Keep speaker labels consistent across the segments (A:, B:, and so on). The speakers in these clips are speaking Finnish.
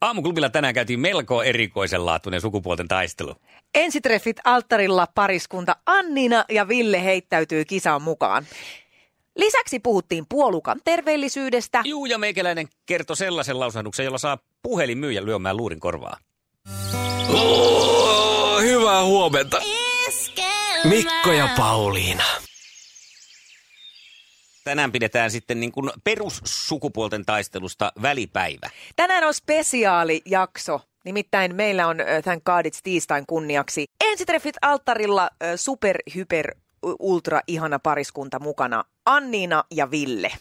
A: Aamuklubilla tänään käytiin melko erikoisenlaatuinen sukupuolten taistelu.
B: Ensitreffit alttarilla pariskunta Annina ja Ville heittäytyy kisaan mukaan. Lisäksi puhuttiin puolukan terveellisyydestä.
A: Juu, ja meikäläinen kertoi sellaisen lausahduksen, jolla saa puhelinmyyjä lyömään luurin korvaa.
C: Hyvää huomenta. Mikko ja Pauliina.
A: Tänään pidetään sitten niin kuin perussukupuolten taistelusta välipäivä.
B: Tänään on spesiaalijakso. Nimittäin meillä on ö, Thank God It's tiistain kunniaksi ensitreffit alttarilla ö, super, hyper, u- ultra ihana pariskunta mukana. Anniina ja Ville.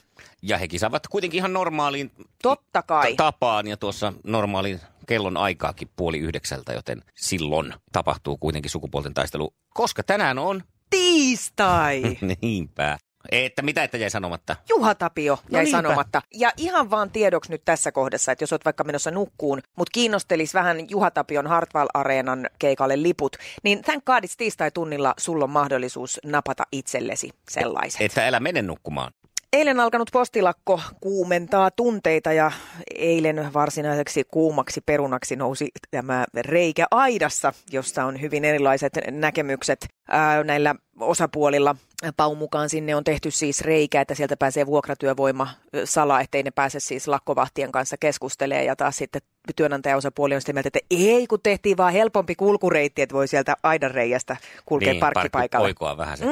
A: Ja he kisaavat kuitenkin ihan normaaliin
B: Totta kai.
A: ta- tapaan ja tuossa normaaliin kellon aikaakin puoli yhdeksältä, joten silloin tapahtuu kuitenkin sukupuolten taistelu, koska tänään on
B: Tiistai!
A: niinpä. Että mitä että jäi sanomatta?
B: Juha Tapio jäi
A: niinpä.
B: sanomatta. Ja ihan vaan tiedoksi nyt tässä kohdassa, että jos olet vaikka menossa nukkuun, mutta kiinnostelisi vähän Juha Tapion Hartwall-areenan keikalle liput, niin Thank God It's tiistai-tunnilla sulla on mahdollisuus napata itsellesi sellaisen.
A: Että älä mene nukkumaan.
B: Eilen alkanut postilakko kuumentaa tunteita ja eilen varsinaiseksi kuumaksi perunaksi nousi tämä reikä aidassa, jossa on hyvin erilaiset näkemykset ää, näillä osapuolilla. Paun mukaan sinne on tehty siis reikä, että sieltä pääsee vuokratyövoima ö, salaa, ettei ne pääse siis lakkovahtien kanssa keskustelemaan ja taas sitten työnantajaosapuoli on sitä mieltä, että ei kun tehtiin vaan helpompi kulkureitti, että voi sieltä aidan reiästä kulkea niin, parkkipaikalle.
A: Oikoa vähän se.
B: Mm.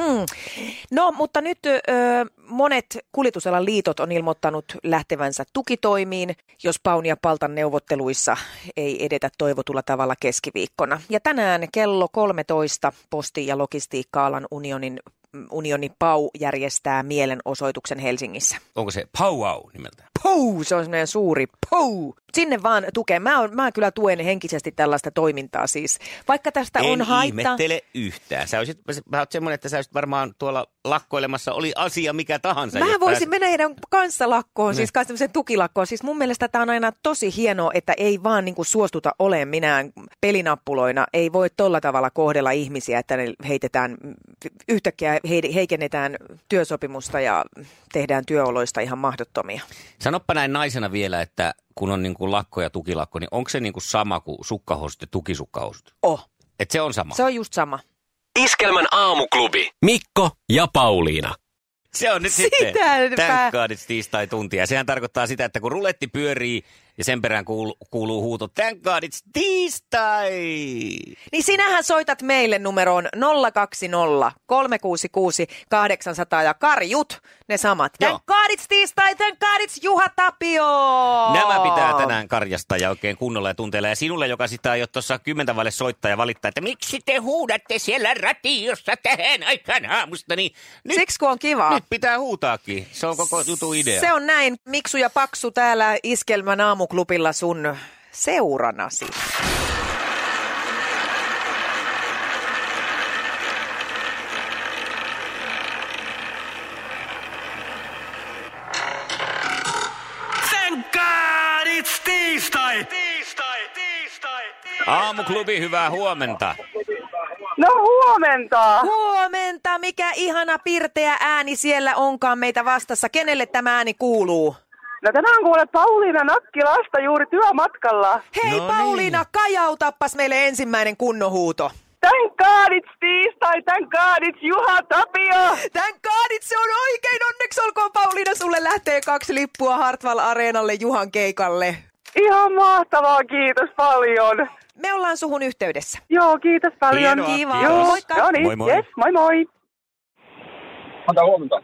B: No, mutta nyt ö, monet kuljetusalan liitot on ilmoittanut lähtevänsä tukitoimiin, jos Paun ja Paltan neuvotteluissa ei edetä toivotulla tavalla keskiviikkona. Ja tänään kello 13 posti- ja logistiikka-alan unionin, unioni PAU järjestää mielenosoituksen Helsingissä.
A: Onko se Pow Wow nimeltä?
B: Pou, se on semmoinen suuri pou. Sinne vaan tukee. Mä, on, mä kyllä tuen henkisesti tällaista toimintaa siis. Vaikka tästä
A: en
B: on haittaa.
A: ihmettele yhtään. Sä, olisit, sä oot semmoinen, että sä olisit varmaan tuolla lakkoilemassa, oli asia mikä tahansa.
B: Mä
A: jos
B: voisin
A: pääset- Niin.
B: mennä heidän kanssa lakkoon, siis kanssa tämmöiseen tukilakkoon. Siis mun mielestä tämä on aina tosi hienoa, että ei vaan niinku suostuta olemaan minään pelinappuloina. Ei voi tolla tavalla kohdella ihmisiä, että ne heitetään, yhtäkkiä hei- heikennetään työsopimusta ja tehdään työoloista ihan mahdottomia.
A: Sanoppa näin naisena vielä, että kun on niin kuin lakko ja tukilakko, niin onko se niin kuin sama kuin sukkahousut ja tukisukkahousut?
B: Oh,
A: Et se on sama.
B: se on just sama.
C: Iskelmän aamuklubi. Mikko ja Pauliina.
A: Se on nyt
B: Sitä
A: sitten
B: nyt pää-
A: tänkkaadit tiistai tuntia. Sehän tarkoittaa sitä, että kun ruletti pyörii ja sen perään kuuluu, kuuluu huuto tänkkaadit tiistai.
B: Niin sinähän soitat meille numeroon 020 366 800 ja karjut ne samat.
A: Joo.
B: Tän kaadits tiistai, tän kaadits Juha Tapio!
A: Nämä pitää tänään karjasta ja oikein kunnolla ja tunteella. Ja sinulle, joka sitä aiot tuossa kymmentä vaille soittaa ja valittaa, että miksi te huudatte siellä ratiossa tähän aikaan aamusta, niin nyt,
B: Siksi kun on kivaa.
A: nyt pitää huutaakin. Se on koko jutun idea.
B: Se on näin. Miksu ja Paksu täällä Iskelmän aamuklubilla sun seuranasi.
D: Thank God it's tiistai! Tiistai, tiistai, tiistai!
A: Aamuklubi, hyvää huomenta.
E: No huomenta.
B: Huomenta, mikä ihana pirteä ääni siellä onkaan meitä vastassa. Kenelle tämä ääni kuuluu?
E: No tänään kuulet Pauliina Nakkilasta juuri työmatkalla.
B: Hei
A: No
B: no Pauliina,
A: niin.
B: niin. kajautappas meille ensimmäinen kunnohuuto.
E: Tän kaadits tiistai, tän kaadits Juha Tapio.
B: Tän kaadit, se on oikein. Onneksi olkoon Pauliina, sulle lähtee kaksi lippua Hartwall Areenalle Juhan keikalle.
E: Ihan mahtavaa, kiitos paljon.
B: Me ollaan suhun yhteydessä.
E: Joo, kiitos paljon.
A: Hienoa,
B: Kiva.
A: kiitos.
B: Moikka.
E: No niin,
A: Moi moi.
E: Yes, moi moi.
F: Hyvää huomenta.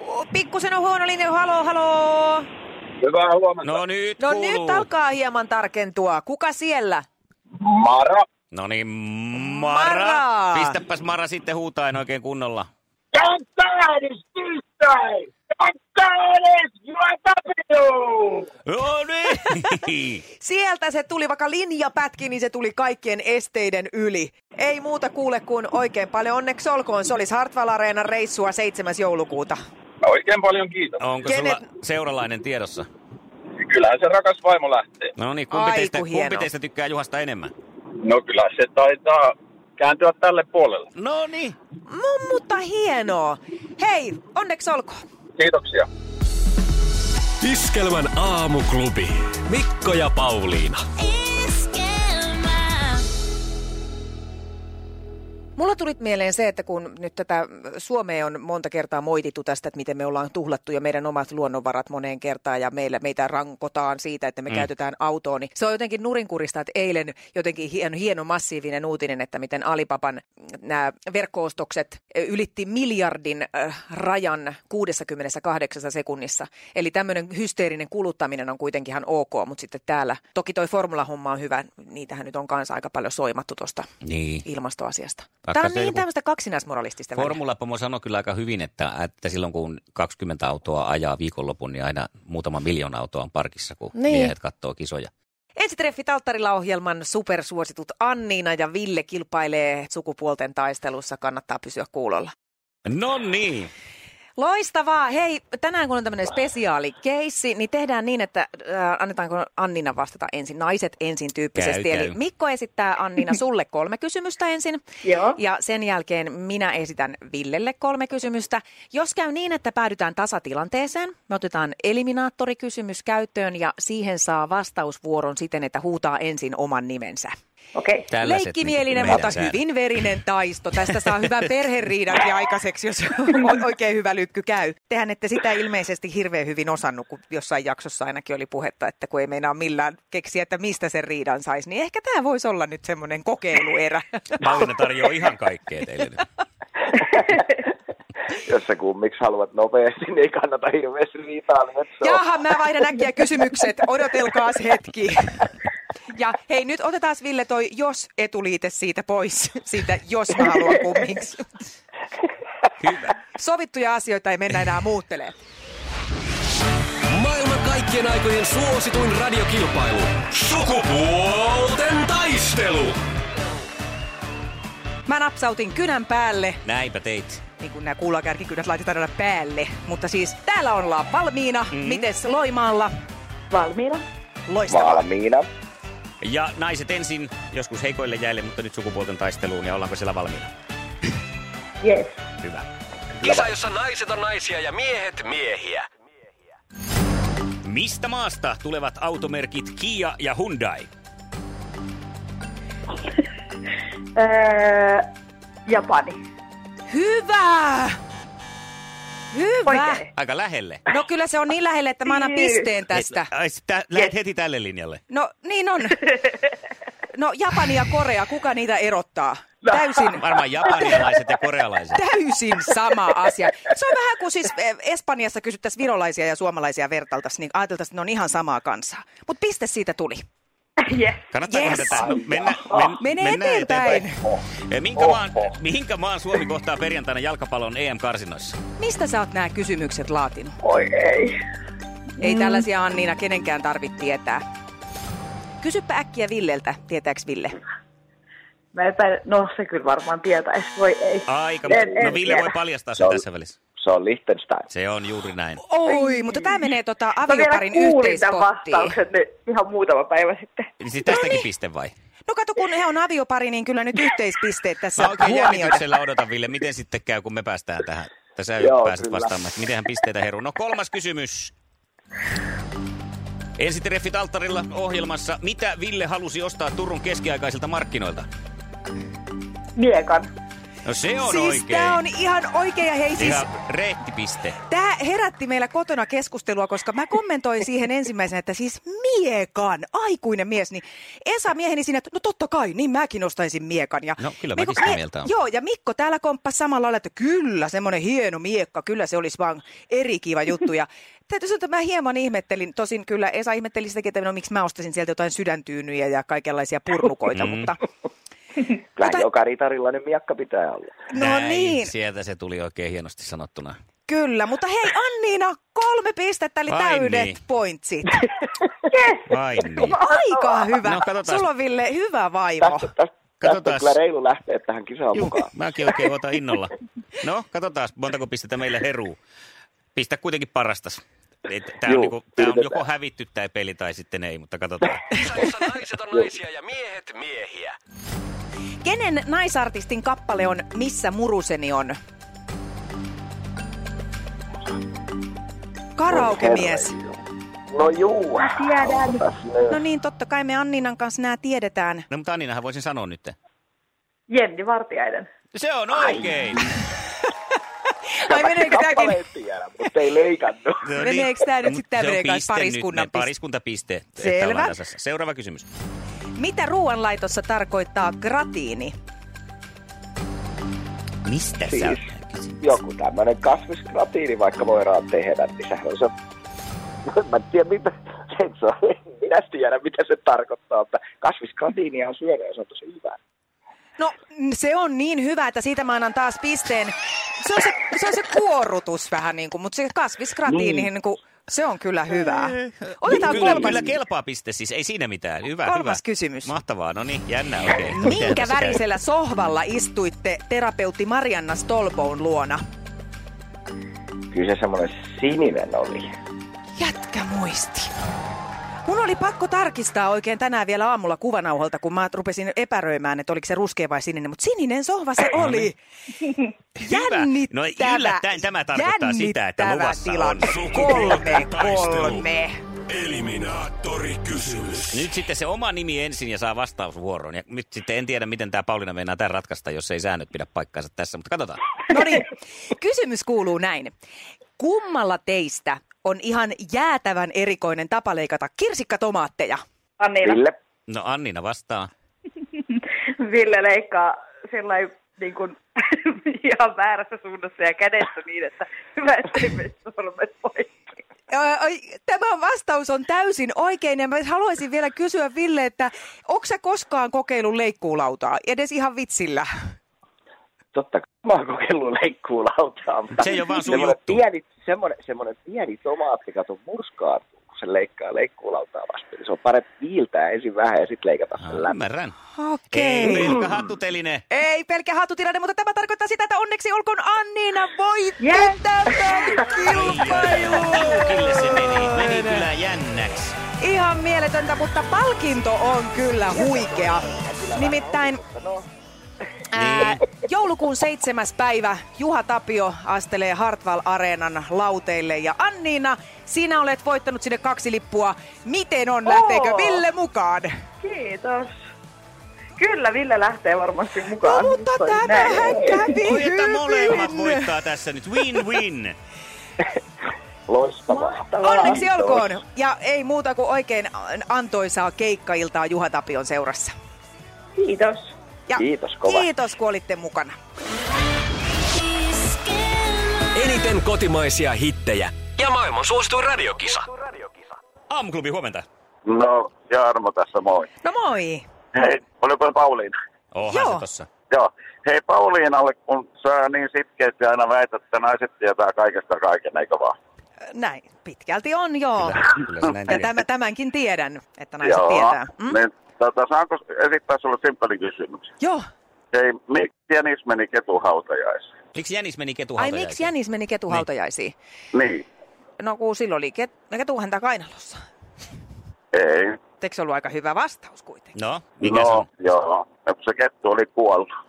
B: O, Pikkusen on huono linja. Haloo, haloo.
F: Hyvää huomenta.
A: No nyt
B: No
A: kuuluu.
B: nyt alkaa hieman tarkentua. Kuka siellä?
F: Mara.
A: No niin, Mara.
B: Mara.
A: Pistäpäs Mara sitten huutaen oikein kunnolla.
F: Tän päädys tiistai! Thank God it's your Tapio!
A: No niin.
B: Sieltä se tuli, vaikka linja pätki, niin se tuli kaikkien esteiden yli. Ei muuta kuule kuin oikein paljon onneksi olkoon. Se olisi Hartwall Areenan reissua 7. joulukuuta.
F: Oikein paljon kiitos.
A: Onko
B: Kenet-
A: sulla seuralainen tiedossa?
F: Kyllähän se rakas vaimo lähtee.
A: No niin, kumpi,
B: Ai,
A: teistä,
B: kun
A: kumpi
B: hienoa.
A: teistä tykkää Juhasta enemmän?
F: No kyllä se taitaa kääntyä tälle puolelle.
A: No niin.
B: Mm, mutta hienoa. Hei, onneksi olkoon.
F: Kiitoksia.
C: Iskelmän aamuklubi. Mikko ja Pauliina.
G: Esquema.
B: Mulla tuli mieleen se, että kun nyt tätä Suomea on monta kertaa moitittu tästä, että miten me ollaan tuhlattu ja meidän omat luonnonvarat moneen kertaan ja meillä, meitä rankotaan siitä, että me mm. käytetään autoa, niin se on jotenkin nurinkurista, että eilen jotenkin hieno, hieno massiivinen uutinen, että miten Alipapan nämä verkkoostokset eh, ylitti miljardin äh, rajan 68 sekunnissa. Eli tämmöinen hysteerinen kuluttaminen on kuitenkin ihan ok, mutta sitten täällä, toki toi formulahomma on hyvä, niitähän nyt on kanssa aika paljon soimattu tuosta
A: Niin.
B: ilmastoasiasta.
A: Vaikka
B: Tämä on
A: se
B: niin
A: joku-
B: tämmöistä kaksinaismoralistista välillä.
A: Formulapomo sanoi kyllä aika hyvin, että, että silloin kun 20 autoa ajaa viikonlopun, niin aina muutama miljoona autoa on parkissa, kun
B: Niin.
A: niin. miehet katsoo kisoja.
B: Ensitreffit alttarilla ohjelman supersuositut Anniina ja Ville kilpailee sukupuolten taistelussa. Kannattaa pysyä kuulolla.
A: No niin.
B: Loistavaa! Hei, tänään kun on tämmöinen spesiaali keissi, niin tehdään niin, että äh, annetaanko Annina vastata ensin, naiset ensin tyyppisesti.
A: Käy,
B: Eli
A: käy.
B: Mikko esittää Annina sulle kolme kysymystä ensin.
E: Joo.
B: Ja sen jälkeen minä esitän Villelle kolme kysymystä. Jos käy niin, että päädytään tasatilanteeseen, me otetaan eliminaattorikysymys käyttöön ja siihen saa vastausvuoron siten, että huutaa ensin oman nimensä.
E: Okei.
A: Tällaiset
B: Leikkimielinen,
A: niinku
B: mutta
A: meidän säännöt.
B: hyvin verinen taisto. Tästä saa hyvän perheriidankin aikaiseksi, jos on oikein hyvä lykky käy. Tehän ette sitä ilmeisesti hirveän hyvin osannut, kun jossain jaksossa ainakin oli puhetta, että kun ei meinaa millään keksiä, että mistä sen riidan saisi, niin ehkä tämä voisi olla nyt semmoinen kokeiluerä.
A: Pauliina tarjoaa ihan kaikkea teille nyt.
F: Jos sä kummiksi haluat nopeasti, niin ei kannata hirveästi riitaa niin lietsoa.
B: Jaha, mä vaihdan äkkiä kysymykset. Odotelkaas hetki. Ja hei, nyt otetaan Ville toi jos etuliite siitä pois, siitä jos mä haluan kummiksi.
A: Hyvä.
B: Sovittuja asioita ei mennä enää muuttelemaan.
C: Maailman kaikkien aikojen suosituin radiokilpailu. Sukupuolten taistelu.
B: Mä napsautin kynän päälle,
A: Näinpä teit.
B: niin kuin nämä kuulakärkikynät laitetaan aina päälle. Mutta siis täällä ollaan valmiina. Mm. Mites Loimaalla?
E: Valmiina.
B: Loistavaa.
F: Valmiina.
A: Ja naiset ensin, joskus heikoille jäille, mutta nyt sukupuolten taisteluun ja ollaanko siellä valmiina?
E: Yes.
A: Hyvä.
C: Kisa, jossa naiset on naisia ja miehet miehiä.
A: Mistä maasta tulevat automerkit Kia ja Hyundai?
E: Öö, Japani.
B: Hyvä! Hyvä!
E: Oikein.
A: Aika lähelle.
B: No kyllä se on niin lähellä, että mä annan pisteen tästä.
A: Et- ai, tä- Lähet heti tälle linjalle.
B: No niin on. No Japani ja Korea, kuka niitä erottaa?
E: No.
B: Täysin,
A: Varmaan japanialaiset ja korealaiset.
B: täysin sama asia. Se on vähän kuin siis eh, Espanjassa kysyttäisiin virolaisia ja suomalaisia vertailtaisiin, niin ajateltaisiin, että ne on ihan samaa kansaa. Mutta piste siitä tuli.
E: Yes.
A: Kannattaako
B: Yes.
A: tätä? No, mennä, men,
B: Mene
A: mennään
B: eteenpäin.
A: eteenpäin. Eh, Minkä maan, minkä maan Suomi kohtaa perjantaina jalkapallon E EM-karsinoissa?
B: Mistä sä oot nämä kysymykset laatinut?
E: Oi ei. Mm.
B: Ei tällaisia Anniina kenenkään tarvitse tietää. Kysypä äkkiä Villeltä, tietääks Ville?
E: Mä epäilen, no se kyllä varmaan tietäis. Voi ei.
A: Aika,
E: En- en
A: no Ville
E: tiedä.
A: voi paljastaa sen
F: No.
A: tässä välissä.
F: Se on Liechtenstein.
A: Se on juuri näin.
B: Oi, mutta tämä menee tota
E: Mä No vielä
B: avioparin
E: kuulin tämän
B: yhteispottiin.
E: vastauksen nyt ihan muutama päivä sitten.
A: Niin Siis tästäkin piste vai?
B: No kato, kun he on aviopari, niin kyllä nyt yhteispisteet tässä
A: Mä oikein
B: huomioida.
A: jännityksellä odotan, Ville, miten sitten käy, kun me päästään tähän. Tässä
F: Joo,
A: pääset
F: kyllä.
A: vastaamaan, että mitenhän pisteitä heruu. No kolmas kysymys. Ensi treffit alttarilla ohjelmassa. Mitä Ville halusi ostaa Turun keskiaikaisilta markkinoilta?
E: Miekan.
A: No se on
B: siis
A: oikein.
B: tämä on ihan oikein ja hei siis...
A: Ihan reittipiste.
B: Tämä herätti meillä kotona keskustelua, koska mä kommentoin siihen ensimmäisenä, että siis miekan, aikuinen mies, niin Esa mieheni siinä, että no totta kai, niin mäkin ostaisin miekan. Ja
A: No, kyllä
B: Mikko-
A: mäkin sitä
B: me-
A: mieltä oon.
B: Joo, ja Mikko täällä komppasi samalla lailla, että kyllä, semmoinen hieno miekka, kyllä se olisi vaan eri kiva juttu. Ja täytyy sanoa, että mä hieman ihmettelin, tosin kyllä Esa ihmetteli sitäkin, että no miksi mä ostaisin sieltä jotain sydäntyynyjä ja kaikenlaisia purnukoita,
A: Mm.
B: mutta
F: Kyllä
B: Mutta-
F: joka ritarilla nyt miakka pitää olla.
B: no
A: Näin,
B: niin.
A: Sieltä se tuli oikein hienosti sanottuna.
B: Kyllä, mutta hei Anniina, kolme pistettä eli
A: Ai
B: täydet
A: niin.
B: pointsit.
A: Vai niin.
B: Aika hyvä.
A: No, katsotaan.
B: Sulla on Ville hyvä vaivo.
F: Tästä, tästä, tästä on
A: Katsotaas.
F: kyllä reilu lähteä tähän kisaan
A: Juu,
B: niin.
F: mukaan.
A: mäkin oikein otan innolla. No, katsotaan, montako pistettä meille heruu. Pistä kuitenkin parastas. Tämä on,
F: Juu,
A: niinku, tää on
F: yritetään.
A: joko hävitty tämä peli tai sitten ei, mutta katsotaan.
D: Kisassa naiset on naisia ja miehet miehiä.
B: Kenen naisartistin kappale on Missä muruseni on? Karaokemies.
F: Herra juu. No juu.
E: Tiedän.
F: Otas nyt.
B: No niin, totta kai me Anninan kanssa nämä tiedetään.
A: No, mutta Anninahan voisin sanoa nyt.
E: Jenni Vartiainen.
A: Se on oikein. No
B: Ai meneekö tämäkin?
F: Kappaleen tiedä, mutta ei leikannut.
A: No
B: Meneekö tää nyt
A: Mut
B: sitten, tää
A: se on
B: menee kai
A: piste
B: pariskunnan
A: nyt,
B: piste.
A: me- Pariskuntapiste. että
B: Selvä.
A: ollaan tasassa. Seuraava kysymys.
B: Mitä ruoanlaitossa tarkoittaa gratiini?
A: Mistä
F: Siis.
A: sä kysyt?
F: Joku tämmönen kasvisgratiini vaikka voidaan tehdä, niin sehän on se... No, Mä en tiedä, mitä... En, se on, minä en tiedä, mitä se tarkoittaa, mutta kasvisgratiinia on syödä ja se on tosi hyvää.
B: No se on niin hyvä, että siitä mä annan taas pisteen. Se on se, se, on se kuorrutus vähän niin kuin, mutta se kasvisgratiini, niin. kuin, se on kyllä hyvää. Otetaan
A: Kyllä,
B: kolmas.
A: kyllä kelpaa piste siis, ei siinä mitään. Hyvä,
B: Kolmas
A: hyvä.
B: kysymys.
A: Mahtavaa, no niin, jännä oikein.
B: Minkä
A: Tässä käy.
B: värisellä sohvalla istuitte terapeutti Marianna Stolboun luona?
F: Kyllä se semmonen sininen oli.
B: Jätkä muisti. Mun oli pakko tarkistaa oikein tänään vielä aamulla kuvanauholta, kun mä rupesin epäröimään, että oliko se ruskea vai sininen, mutta sininen sohva se oli.
A: Hyvä.
B: Jännittävä.
A: No yllättäen tämä tarkoittaa sitä, että
B: jännittävä
A: luvassa on
B: tilanne. Kolme, kolme.
D: Eliminaattori kysymys.
A: Nyt sitten se oma nimi ensin ja saa vastausvuoron. Ja nyt sitten en tiedä, miten tämä Pauliina meinaa tämän ratkaista, jos ei säännöt pidä paikkaansa tässä, mutta katsotaan.
B: No niin, kysymys kuuluu näin. Kummalla teistä on ihan jäätävän erikoinen tapa leikata kirsikkatomaatteja?
E: Anniina.
F: Ville,
A: No Annina vastaa.
E: Ville leikkaa sillä niin kuin, ihan väärässä suunnassa ja kädessä niin, että hyvä, ettei mene sormet poikki.
B: Ö, oi, Tämä vastaus on täysin oikein ja mä haluaisin vielä kysyä Ville, että onko sä koskaan kokeillut leikkuulautaa, edes ihan vitsillä?
F: totta kai mä oon kokeillut leikkuulautaa. mutta
A: Se ei oo vaan sun
F: semmonen
A: juttu.
F: Pieni, semmonen, semmonen pieni tomaatti, kato murskaa, kun se leikkaa leikkuulautaa vasten. niin Se on parempi viiltää ensin vähän ja sitten leikata
A: Ah,
F: sen läpi.
A: Ymmärrän. Ei
B: Okei.
A: pelkkä hattuteline.
B: Ei pelkä hatutilanne, mutta tämä tarkoittaa sitä, että onneksi olkoon Anniina voitti
E: Yes!
B: tämän
A: Kyllä se meni, meni
B: kilpailun!
A: kyllä jännäksi.
B: Ihan mieletöntä, mutta palkinto on kyllä huikea. Nimittäin Ää, joulukuun seitsemäs päivä Juha Tapio astelee Hartwall Areenan lauteille. Ja Anniina, sinä olet voittanut sinne kaksi lippua. Miten on, lähteekö
E: Oo.
B: Ville mukaan?
E: Kiitos. Kyllä, Ville lähtee varmasti
B: No,
E: mukaan.
B: mutta
E: Toi
B: tämähän
E: näin.
B: kävi
A: Voi Niin. että molemmat
B: hyvin.
A: voittaa tässä nyt. Win-win.
F: Loistavaa.
B: Onneksi olkoon. Ja ei muuta kuin oikein antoisaa keikkailtaa Juha Tapion seurassa.
E: Kiitos.
B: Ja
F: Kiitos kovasti.
B: Kiitos, kun olitte mukana.
C: Eniten kotimaisia hittejä
D: Ja maailman suosituin radiokisa.
A: Aamuklubi, huomenta.
G: No, Jarmo tässä moi.
B: No moi.
G: Hei, oliko Pauliina?
A: Oha
B: Joo.
A: se tossa.
G: Joo. Hei Pauliinalle, kun sä niin sitkeästi aina väität, että naiset tietää kaikesta kaiken, eikö vaan?
B: Näin. Pitkälti on, joo.
A: Kyllä, kyllä se näin
B: Ja
A: tekee.
B: tämän, tämänkin tiedän, että naiset tietää. Mm?
G: Niin, tota, saanko esittää sulle simppelin kysymyksen?
B: Joo.
G: Hei, miksi Janis meni ketuhautajaisiin?
A: Miksi Jänis meni
B: Ai
A: ketuhautajaisiin?
B: miksi Jänis meni ketuhautajaisiin?
G: Niin.
B: No kun silloin oli ket- ketuhäntä kainalossa.
G: Ei.
B: Eikö se ollut aika hyvä vastaus kuitenkin?
A: No, mikä
G: no,
A: se on?
G: joo. Ja kun Se kettu oli kuollut.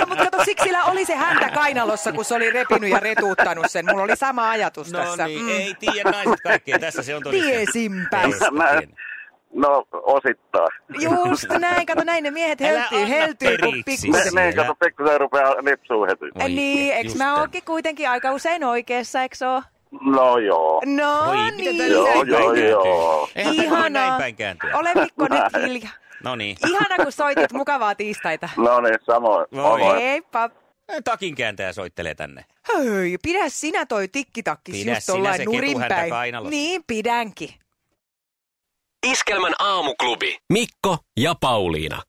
B: No mutta kato, siksi sillä oli se häntä kainalossa, kun se oli repinyt ja retuuttanut sen. Mulla oli sama ajatus
A: No
B: tässä. Mm.
A: niin, ei tiedä naiset kaikkea. Tässä se on todistettu.
B: Tiesinpä.
A: Ei sitä
G: Mä-
A: tiennyt.
G: No, osittain.
B: Just näin, kato näin, ne miehet
A: Älä
B: heltyy,
A: anna
B: heltyy kuin
A: periksi.
B: pikku.
G: Ne,
A: Siellä.
G: niin, kato, pikkusen rupeaa lipsuu heti.
A: Voi
B: Niin, eikö
A: just
B: mä
A: tän.
B: ookin kuitenkin aika usein oikeassa, eikö oo?
G: No joo.
B: No
A: Voi, miten tää
B: niin.
G: Joo,
A: näin päin
G: joo,
A: kääntyy?
G: joo.
A: Eihän tää voi näin päin kääntyä.
B: Ole Mikko nyt hiljaa.
A: No niin.
B: Ihana, kun soitit. Mukavaa tiistaita.
G: No niin, samoin.
A: Voi.
G: Moi.
B: Heippa.
A: Takin kääntäjä soittelee tänne.
B: Hei, pidä sinä toi tikkitakki
A: Pidä
B: just
A: sinä
B: tollain
A: se ketuhäntä
B: nurinpäin.
A: kainalossa.
B: Niin, pidänkin.
D: Iskelmän aamuklubi.
C: Mikko ja Pauliina.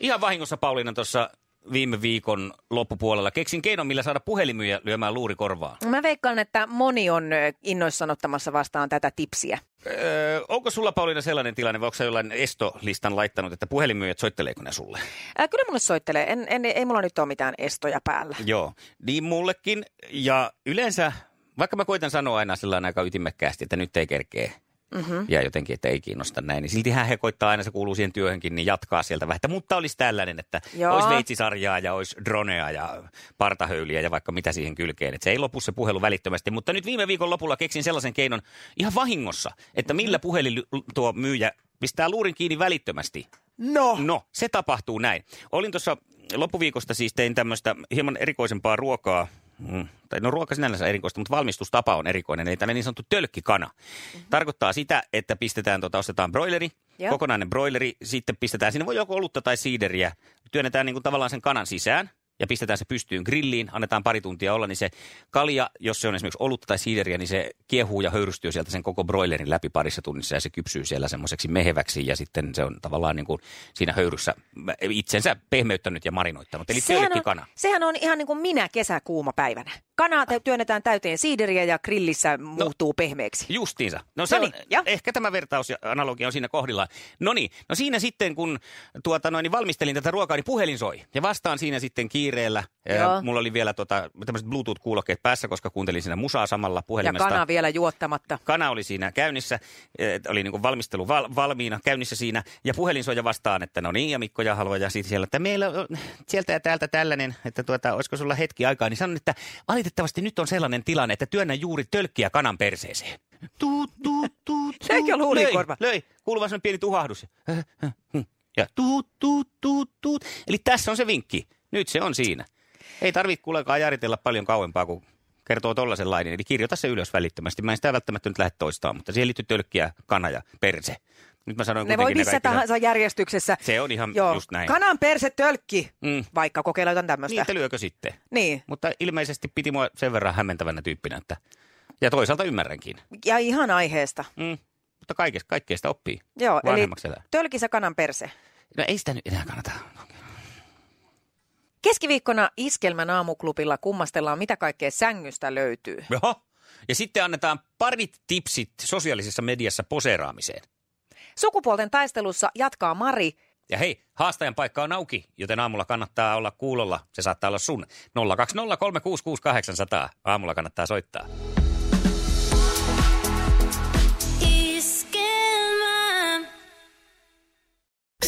A: Ihan vahingossa Pauliina tuossa viime viikon loppupuolella. Keksin keinon, millä saada puhelimia lyömään luuri korvaan.
B: Mä veikkaan, että moni on ö, innoissaan ottamassa vastaan tätä tipsiä.
A: Öö, onko sulla Pauliina sellainen tilanne, vai onko sä jollain estolistan laittanut, että puhelinmyyjät soitteleeko ne sulle?
B: Ää, kyllä mulle soittelee. En, en, ei mulla nyt ole mitään estoja päällä.
A: Joo, niin mullekin. Ja yleensä, vaikka mä koitan sanoa aina sillä aika ytimekkäästi, että nyt ei kerkeä mm-hmm. ja jotenkin, että ei kiinnosta näin, niin siltihän he koittaa aina, se kuuluu siihen työhönkin, niin jatkaa sieltä vähän. Että, Mutta olisi tällainen, että
B: Joo.
A: olisi veitsisarjaa ja olisi dronea ja partahöyliä ja vaikka mitä siihen kylkeen. Että se ei lopu se puhelu välittömästi. Mutta nyt viime viikon lopulla keksin sellaisen keinon ihan vahingossa, että millä puhelin tuo myyjä pistää luurin kiinni välittömästi.
B: No.
A: No, se tapahtuu näin. Olin tuossa loppuviikosta siis tein tämmöistä hieman erikoisempaa ruokaa. Mm, tai no ruoka sinällänsä erikoista, mutta valmistustapa on erikoinen. Eli tällainen niin sanottu tölkkikana. Mm-hmm. Tarkoittaa sitä, että pistetään, tota, ostetaan broileri,
B: Joo.
A: kokonainen broileri. Sitten pistetään, sinne voi joko olutta tai siideriä. Työnnetään niin kuin tavallaan sen kanan sisään ja pistetään se pystyyn grilliin, annetaan pari tuntia olla, niin se kalja, jos se on esimerkiksi olutta tai siideriä, niin se kiehuu ja höyrystyy sieltä sen koko broilerin läpi parissa tunnissa ja se kypsyy siellä semmoiseksi meheväksi ja sitten se on tavallaan niin kuin siinä höyryssä itsensä pehmeyttänyt ja marinoittanut. Eli
B: on,
A: tölkkikana. Ah.
B: sehän on ihan niin kuin minä kesäkuuma päivänä. Kanaa te- työnnetään täyteen siideriä ja grillissä
A: No.
B: muuttuu pehmeäksi.
A: Justiinsa. No se on,
B: Noniin, ja?
A: ehkä tämä vertaus ja analogia on siinä kohdillaan. No niin, no siinä sitten kun tuota, noin, niin valmistelin tätä ruokaa, niin puhelin soi. Ja vastaan siinä sitten kiireellä. Ja
B: Joo.
A: mulla oli vielä tota, tämmöiset Bluetooth-kuulokkeet päässä, koska kuuntelin siinä musaa samalla
B: Ja
A: puhelimesta.
B: kana vielä juottamatta.
A: Kana oli siinä käynnissä, eh, oli niin valmistelu val, valmiina, käynnissä siinä, ja puhelin soija vastaan, että no niin, ja Mikko ja haluaa, ja sitten siellä, että meillä on sieltä ja täältä tällainen, että tuota, olisiko sulla hetki aikaa, niin sanon, että valitettavasti nyt on sellainen tilanne, että työnnä juuri tölkkiä kanan perseeseen. Tuut, tuut, tuut, tuut.
B: Eikö ollut
A: löi,
B: huulikorva?
A: löi, kuuluu vaan sellainen pieni tuhahdus. Ja tuut, tuut, tuut, tuut. Eli tässä on se vinkki. Nyt se on siinä. Ei tarvitse kuulekaan jaritella paljon kauempaa, kun kertoo tollaisen lainin. Eli kirjoita se ylös välittömästi. Mä en sitä välttämättä nyt lähde toistamaan, mutta siihen liittyy tölkkiä, kana ja perse. Nyt mä sanoin
B: Ne voi
A: kuitenkin
B: missä
A: kaikki-
B: tahansa järjestyksessä.
A: Se on ihan
B: Joo.
A: just näin.
B: Kanan perse tölkki,
A: Mm.
B: mm. vaikka kokeilla jotain tämmöistä.
A: Niitä lyökö sitten?
B: Niin.
A: Mutta ilmeisesti piti mua sen verran hämmentävänä tyyppinä, että... Ja toisaalta ymmärränkin.
B: Ja ihan aiheesta.
A: Mm. Mutta kaikesta, kaikkea sitä oppii.
B: Joo, eli
A: Vanhemmaksi elää.
B: tölkissä kanan perse.
A: No ei sitä nyt enää kannata.
B: Keskiviikkona Iskelmän aamuklubilla kummastellaan, mitä kaikkea sängystä löytyy.
A: Jaha. Ja sitten annetaan parit tipsit sosiaalisessa mediassa poseraamiseen.
B: Sukupuolten taistelussa jatkaa Mari.
A: Ja hei, haastajan paikka on auki, joten aamulla kannattaa olla kuulolla. Se saattaa olla sun. 020366800. Aamulla kannattaa soittaa.
H: Iskelmä.